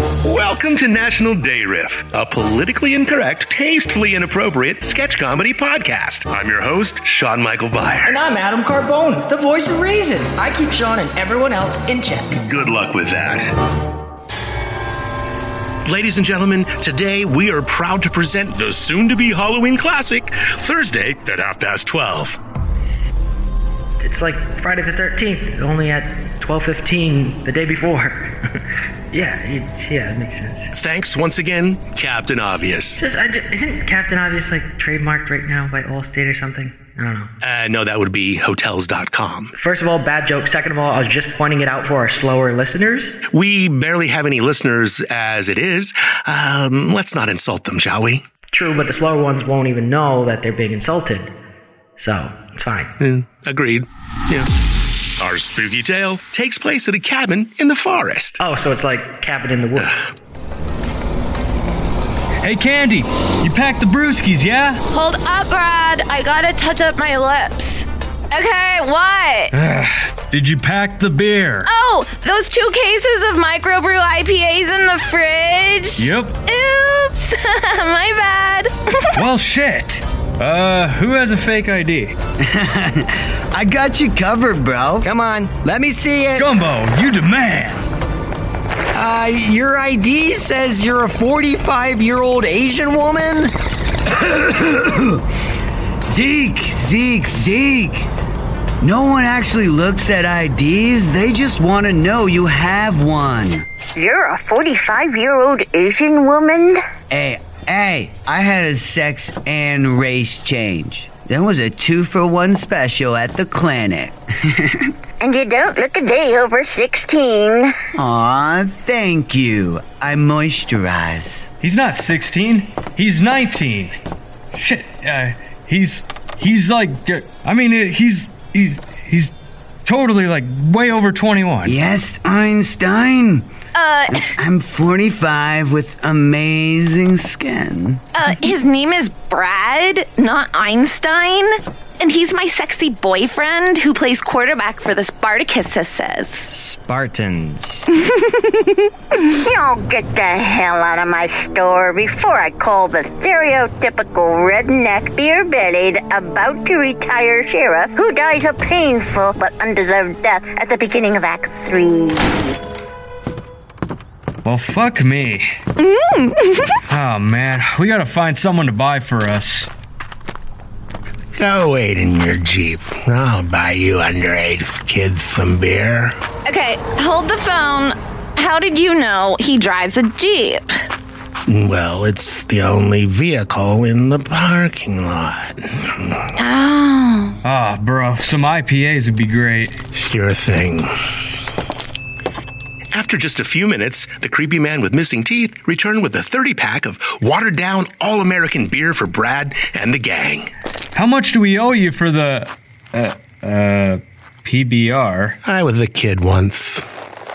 Welcome to National Day Riff, a politically incorrect, tastefully inappropriate sketch comedy podcast. I'm your host, Sean Michael Byer. And I'm Adam Carbone, the voice of reason. I keep Sean and everyone else in check. Good luck with that. Ladies and gentlemen, today we are proud to present the soon to be Halloween classic, Thursday at half past 12. It's like Friday the 13th, only at 12:15 the day before. yeah, it, yeah, it makes sense. Thanks once again, Captain Obvious. Just, I ju- isn't Captain Obvious like trademarked right now by Allstate or something? I don't know. Uh, no, that would be hotels.com. First of all, bad joke. Second of all, I was just pointing it out for our slower listeners. We barely have any listeners as it is. Um, let's not insult them, shall we? True, but the slower ones won't even know that they're being insulted. So, it's fine. Eh, agreed. Yeah. Our spooky tale takes place at a cabin in the forest. Oh, so it's like cabin in the woods. Hey, Candy, you packed the brewskis, yeah? Hold up, Brad. I gotta touch up my lips. Okay, what? Did you pack the beer? Oh, those two cases of microbrew IPAs in the fridge? Yep. Oops. my bad. Well, shit. Uh, who has a fake ID? I got you covered, bro. Come on, let me see it. Gumbo, you demand. Uh, your ID says you're a 45 year old Asian woman. Zeke, Zeke, Zeke. No one actually looks at IDs, they just want to know you have one. You're a 45 year old Asian woman? Hey, hey, I had a sex and race change. There was a two for one special at the clinic. And you don't look a day over 16. Aw, thank you. I moisturize. He's not 16, he's 19. Shit, uh, he's, he's like, uh, I mean, uh, he's, he's, he's totally like way over 21. Yes, Einstein. Uh, I'm 45 with amazing skin. uh, his name is Brad, not Einstein. And he's my sexy boyfriend who plays quarterback for the Spartacus sisters. Spartans. Y'all get the hell out of my store before I call the stereotypical redneck beer bellied, about to retire sheriff who dies a painful but undeserved death at the beginning of Act 3. Well, fuck me. oh, man, we gotta find someone to buy for us. Go wait in your Jeep. I'll buy you underage kids some beer. Okay, hold the phone. How did you know he drives a Jeep? Well, it's the only vehicle in the parking lot. Ah, bro, some IPAs would be great. Sure thing. After just a few minutes, the creepy man with missing teeth returned with a 30 pack of watered down all American beer for Brad and the gang. How much do we owe you for the uh, uh, PBR? I was a kid once.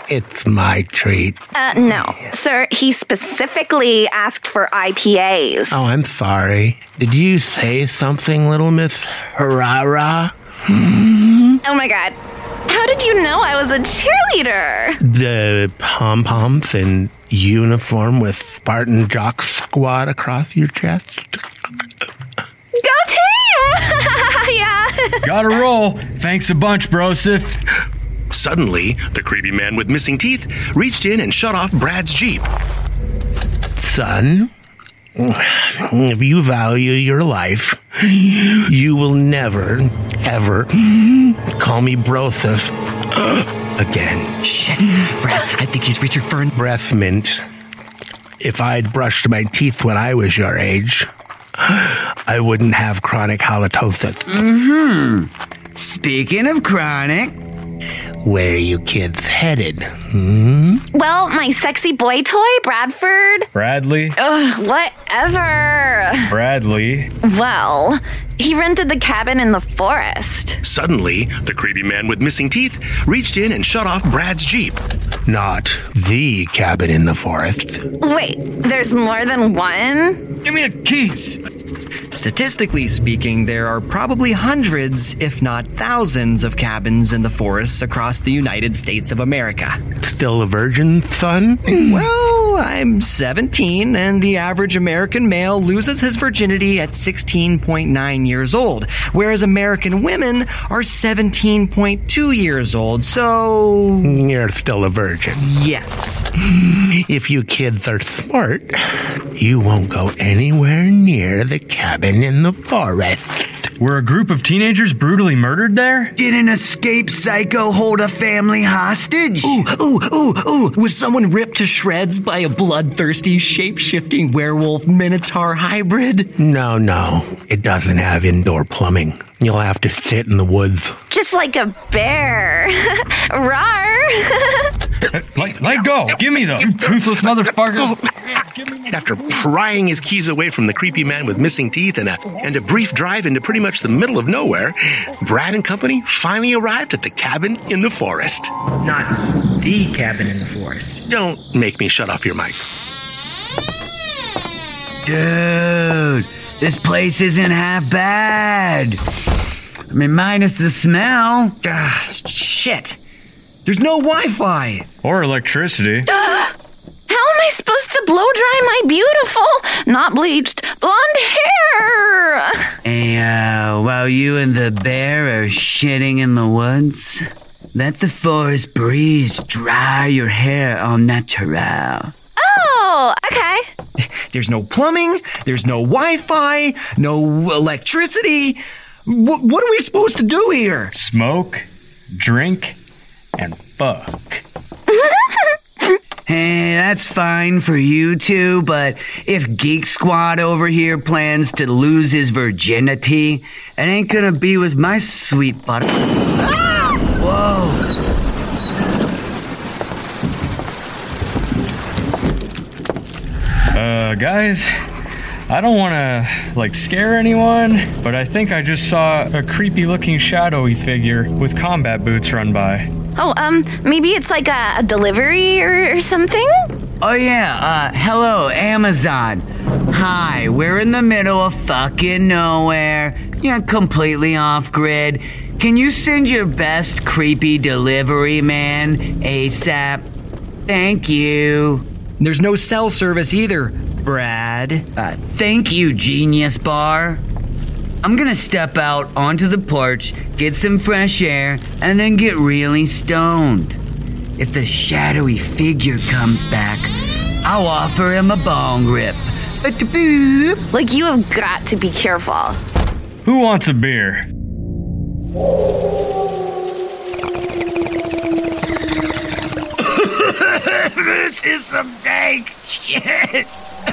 It's my treat. Uh, no, sir. He specifically asked for IPAs. Oh, I'm sorry. Did you say something, little Miss Harara? Oh my god. How did you know I was a cheerleader? The pom poms in uniform with Spartan jock squad across your chest? Go team! yeah. Gotta roll. Thanks a bunch, Brosif. Suddenly, the creepy man with missing teeth reached in and shut off Brad's Jeep. son, if you value your life, you will never, ever call me Brothef again. Shit. Brad, I think he's Richard Fern. Breath mint. If I'd brushed my teeth when I was your age, I wouldn't have chronic halitosis. Speaking of chronic, Where are you kids headed? Well, my sexy boy toy, Bradford. Bradley? Ugh, whatever. Bradley? Well, he rented the cabin in the forest. Suddenly, the creepy man with missing teeth reached in and shut off Brad's Jeep. Not the cabin in the forest. Wait, there's more than one? Give me the keys. Statistically speaking, there are probably hundreds, if not thousands, of cabins in the forests across the United States of America. Still a virgin, son? Well, I'm 17, and the average American male loses his virginity at 16.9 years old, whereas American women are 17.2 years old, so. You're still a virgin. Yes. If you kids are smart, you won't go anywhere near the cabin in the forest. Were a group of teenagers brutally murdered there? Did an escaped psycho hold a family hostage? Ooh, ooh, ooh, ooh. Was someone ripped to shreds by a bloodthirsty, shape shifting werewolf minotaur hybrid? No, no, it doesn't have indoor plumbing. You'll have to sit in the woods. Just like a bear. Rar. Let, let go! Give me the you toothless motherfucker! After prying his keys away from the creepy man with missing teeth and a, and a brief drive into pretty much the middle of nowhere, Brad and company finally arrived at the cabin in the forest. Not the cabin in the forest. Don't make me shut off your mic. Dude, this place isn't half bad. I mean, minus the smell. Ah, shit. There's no Wi Fi. Or electricity. How am I supposed to blow dry my beautiful, not bleached, blonde hair? And uh, while you and the bear are shitting in the woods, let the forest breeze dry your hair all natural. Oh, okay. There's no plumbing. There's no Wi Fi. No electricity. Wh- what are we supposed to do here? Smoke, drink, and fuck. Hey, that's fine for you two, but if Geek Squad over here plans to lose his virginity, it ain't gonna be with my sweet butter. Whoa! Uh, guys, I don't want to, like, scare anyone, but I think I just saw a creepy looking shadowy figure with combat boots run by. Oh, um, maybe it's like a, a delivery or, or something? Oh yeah, uh, hello, Amazon. Hi, we're in the middle of fucking nowhere. You're completely off grid. Can you send your best creepy delivery man ASAP? Thank you. There's no cell service either, Brad. Uh, thank you, Genius Bar. I'm gonna step out onto the porch, get some fresh air, and then get really stoned. If the shadowy figure comes back, I'll offer him a bong rip. Ba-da-boop. Like, you have got to be careful. Who wants a beer? this is some dank shit.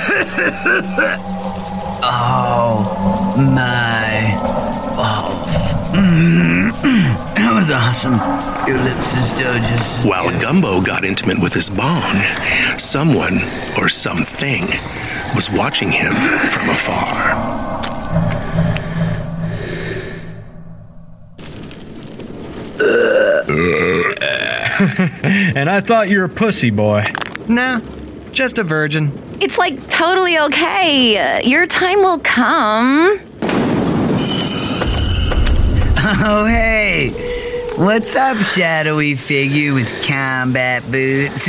oh my. Oh. Mm. That was awesome. Your lips are still just. as While good. Gumbo got intimate with his bong, someone or something was watching him from afar. And I thought you were a pussy boy. Nah, just a virgin. It's like totally okay. Your time will come. Oh, hey. What's up, shadowy figure with combat boots?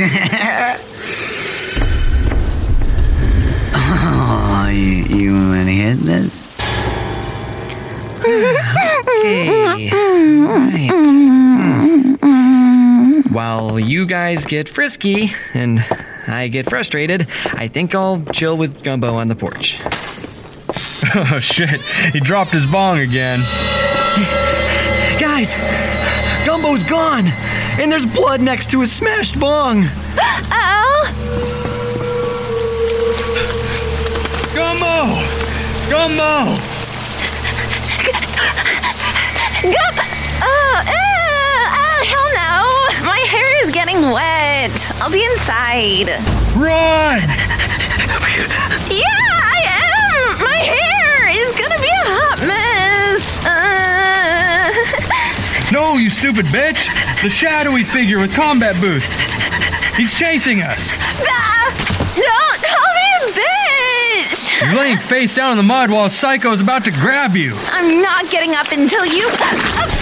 oh, Oh, you, you want to hit this? okay. While you guys get frisky and I get frustrated, I think I'll chill with Gumbo on the porch. Oh shit, he dropped his bong again. Guys, Gumbo's gone, and there's blood next to his smashed bong. Oh, Gumbo! Gumbo! gump! Oh, ew, oh, hell no! My hair is getting wet. I'll be inside. Run! Yeah, I am. My hair is gonna be a hot mess. Uh, No, you stupid bitch! The shadowy figure with combat boots! He's chasing us! ah, don't call me a bitch. You're laying face down in the mud while a psycho is about to grab you! I'm not getting up until you apologize.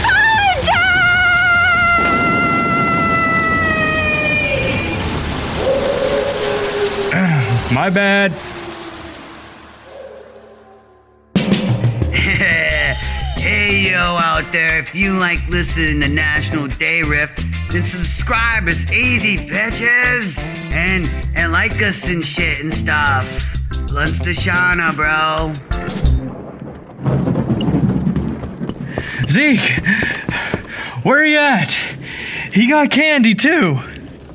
My bad. hey yo out there, if you like listening to National Day Riff, then subscribe. It's easy, bitches, and and like us and shit and stuff. Lunch to Shauna, bro. Zeke, where you at? He got candy too.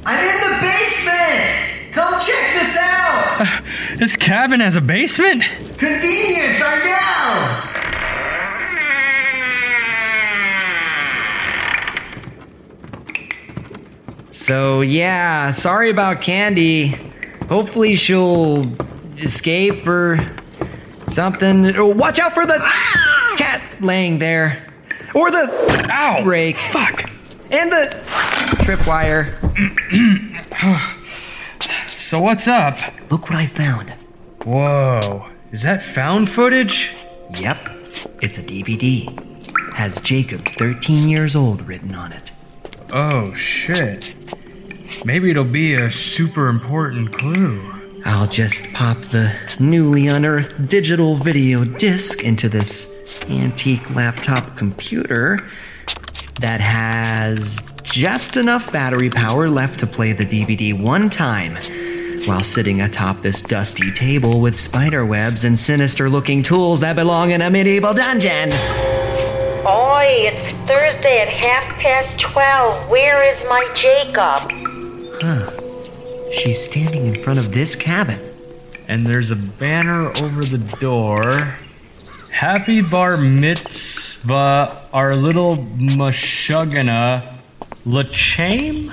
I'm in the basement! Come check this out! Uh, This cabin has a basement? Convenience right now! So, yeah, sorry about Candy. Hopefully, she'll escape or something. Oh, watch out for the cat laying there, or the Ow! break, Fuck. and the tripwire. So what's up? Look what I found. Whoa. Is that found footage? Yep, it's a DVD. Has Jacob, 13 years old, written on it. Oh shit. Maybe it'll be a super important clue. I'll just pop the newly unearthed digital video disc into this antique laptop computer that has just enough battery power left to play the DVD one time while sitting atop this dusty table with spider webs and sinister looking tools that belong in a medieval dungeon. Oi, it's Thursday at half past twelve. Where is my Jacob? She's standing in front of this cabin. And there's a banner over the door. Happy Bar Mitzvah, our little Mashugana Lachame?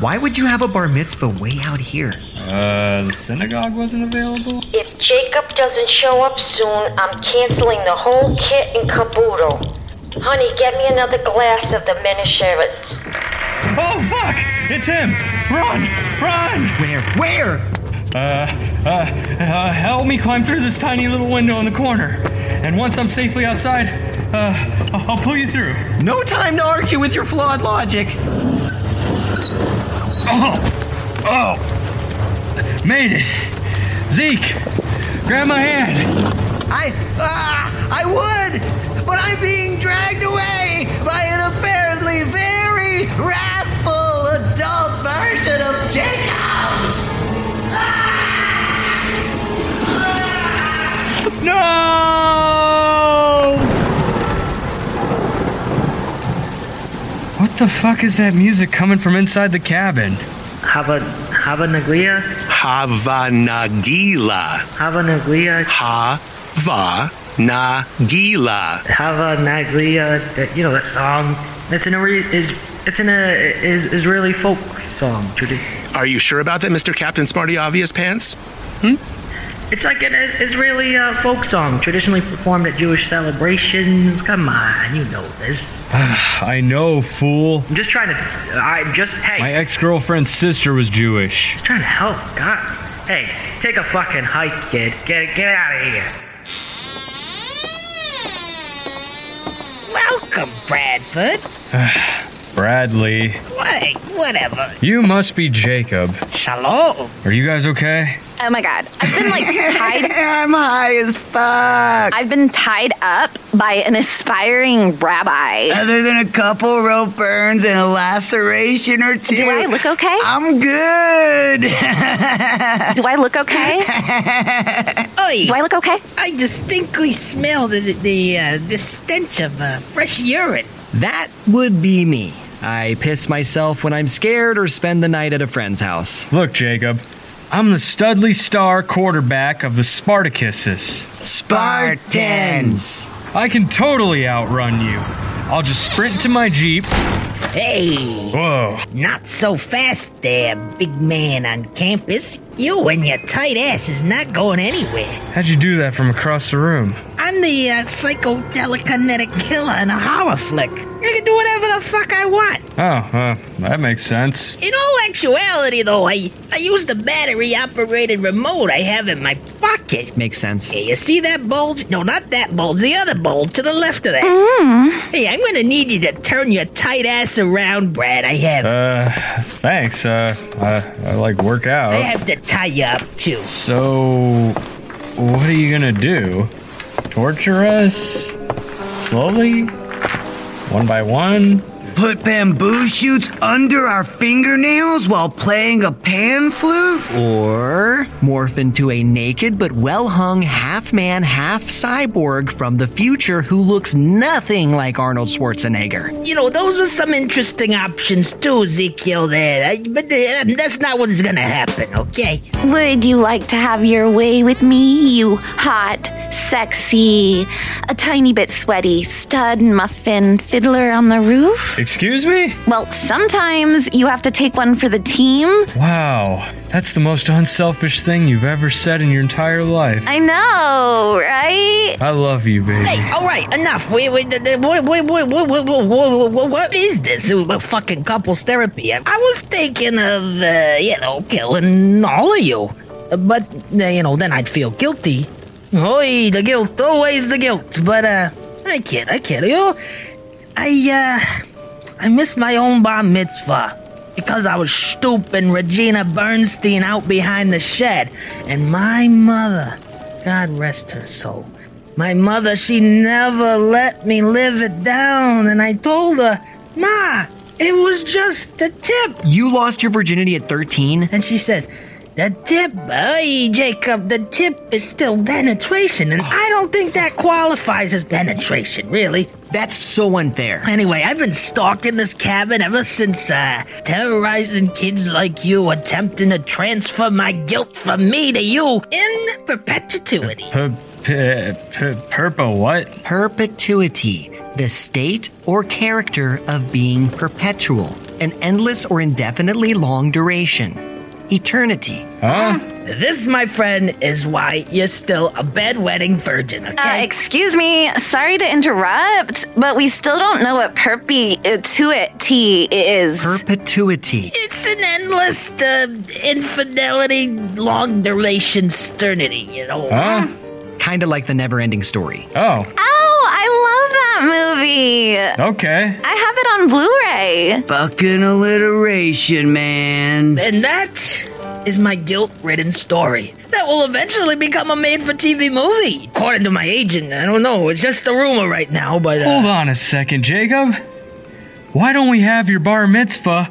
Why would you have a bar mitzvah way out here? Uh, the synagogue wasn't available? If Jacob doesn't show up soon, I'm canceling the whole kit and caboodle. Honey, get me another glass of the Menasheretz. Oh fuck! It's him! Run! Run! Where? Where? Uh, uh, uh, help me climb through this tiny little window in the corner. And once I'm safely outside, uh, I'll pull you through. No time to argue with your flawed logic. Oh! Oh! Made it! Zeke! Grab my hand! I ah, I would, but I'm being dragged away by an apparently very wrathful adult version of Jacob. No! What the fuck is that music coming from inside the cabin? Hava, Havanaglia? Havanagila. Havanaglia? Havanagila. Havanaglia? That, you know that song? It's an Ori- is it's in a is Israeli folk song. Judy. Are you sure about that, Mr. Captain Smarty Obvious Pants? It's like an Israeli uh, folk song, traditionally performed at Jewish celebrations. Come on, you know this. I know, fool. I'm just trying to. I just hey. My ex girlfriend's sister was Jewish. Trying to help, God. Hey, take a fucking hike, kid. Get get out of here. Welcome, Bradford. Bradley. Wait, whatever. You must be Jacob. Shalom. Are you guys okay? Oh my god. I've been like tied I'm high as fuck. I've been tied up by an aspiring rabbi. Other than a couple rope burns and a laceration or two. Do I look okay? I'm good. Do I look okay? Oi, Do I look okay? I distinctly smell the the, the, uh, the stench of uh, fresh urine. That would be me. I piss myself when I'm scared or spend the night at a friend's house. Look, Jacob, I'm the Studley Star quarterback of the Spartacuses. Spartans. I can totally outrun you. I'll just sprint to my Jeep. Hey, Whoa. not so fast there, big man on campus. You and your tight ass is not going anywhere. How'd you do that from across the room? I'm the uh, psychodelikinetic killer in a horror flick. I can do whatever the fuck I want. Oh, uh, that makes sense. In all actuality, though, I, I use the battery operated remote I have in my pocket. Makes sense. Hey, you see that bulge? No, not that bulge, the other bulge to the left of that. Hey, I'm gonna need you to turn your tight ass around, Brad. I have. Uh, Thanks. Uh, I, I like work out. I have to tie you up too. So, what are you gonna do? Torture us? Slowly? One by one? Put bamboo shoots under our fingernails while playing a pan flute? Or morph into a naked but well hung half man, half cyborg from the future who looks nothing like Arnold Schwarzenegger. You know, those are some interesting options too, Ezekiel. There, I- but uh, that's not what's gonna happen. Okay? Would you like to have your way with me, you hot, sexy, a tiny bit sweaty stud muffin fiddler on the roof? Excuse me? Well, sometimes you have to take one for the team. Wow, that's the most unselfish thing you've ever said in your entire life. I know, right? I love you, baby. Hey, oh. all right, enough. Wait, wait, th- th- what, what, what, what, what, what, what, what- what is this? Uh, Fucking couples therapy. I I was thinking of, uh, you know, killing all of you, Uh, but uh, you know, then I'd feel guilty. Oi, the guilt, always the guilt. But uh, I can't, I can't. You, know, I uh, I missed my own bar mitzvah. Because I was stupid, Regina Bernstein out behind the shed. And my mother, God rest her soul, my mother, she never let me live it down, and I told her, Ma, it was just the tip. You lost your virginity at 13? And she says, The tip, hey, Jacob, the tip is still penetration, and I don't think that qualifies as penetration, really. That's so unfair. Anyway, I've been stalking this cabin ever since, uh, terrorizing kids like you, attempting to transfer my guilt from me to you in perpetuity. P- p- p- purple what? Perpetuity, the state or character of being perpetual, an endless or indefinitely long duration. Eternity. This, my friend, is why you're still a bedwetting virgin, Uh, okay? excuse me, sorry to interrupt, but we still don't know what perpy uh, to it T is. Perpetuity. it's an endless uh, infidelity, long duration sternity, you know? Huh? Kinda like the never ending story. Oh, Oh, I love that movie. I okay. have it on Blu-ray. Fucking alliteration, man. And that is my guilt ridden story that will eventually become a made for TV movie. According to my agent, I don't know. It's just a rumor right now, but. Uh, Hold on a second, Jacob. Why don't we have your bar mitzvah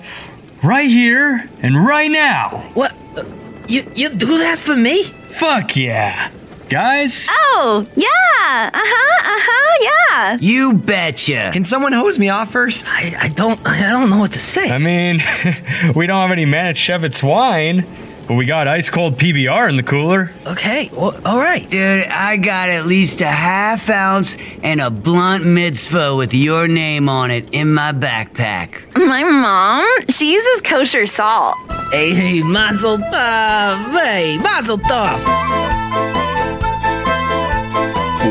right here and right now? what? Uh, You, you do that for me? Fuck yeah. Guys? Oh, yeah. Uh-huh. Uh-huh. Yeah. You betcha. Can someone hose me off first? I, I don't I don't know what to say. I mean, we don't have any Manischewitz wine, but we got ice cold PBR in the cooler. okay, well, all right. Dude, I got at least a half ounce and a blunt mitzvah with your name on it in my backpack. My mom, she uses kosher salt. Hey, hey, Mazel Tov. Hey, Mazel Tov.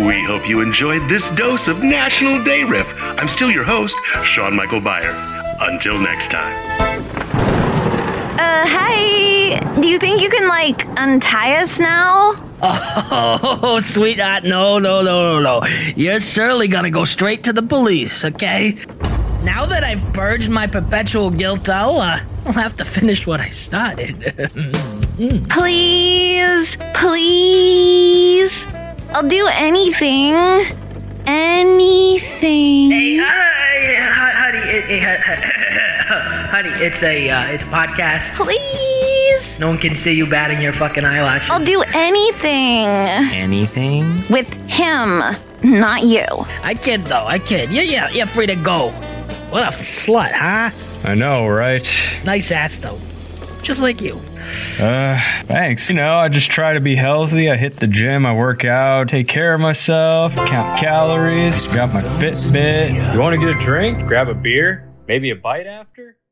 We hope you enjoyed this dose of National Day Riff. I'm still your host, Sean Michael Byer. Until next time. Uh, hey, do you think you can like untie us now? Oh, sweetheart, no, no, no, no, no. You're surely gonna go straight to the police, okay? Now that I've purged my perpetual guilt, I'll, uh, I'll have to finish what I started. Please, please. I'll do anything. Anything. Hey, hi, honey, it, it, honey, it's a uh, it's a podcast. Please. No one can see you batting your fucking eyelashes. I'll do anything Anything? with him, not you. I kid, though, I kid. Yeah, yeah, you're free to go. What a slut, huh? I know, right? Nice ass, though. Just like you. Thanks. You know, I just try to be healthy. I hit the gym, I work out, take care of myself, count calories, grab my Fitbit. You want to get a drink? Grab a beer? Maybe a bite after?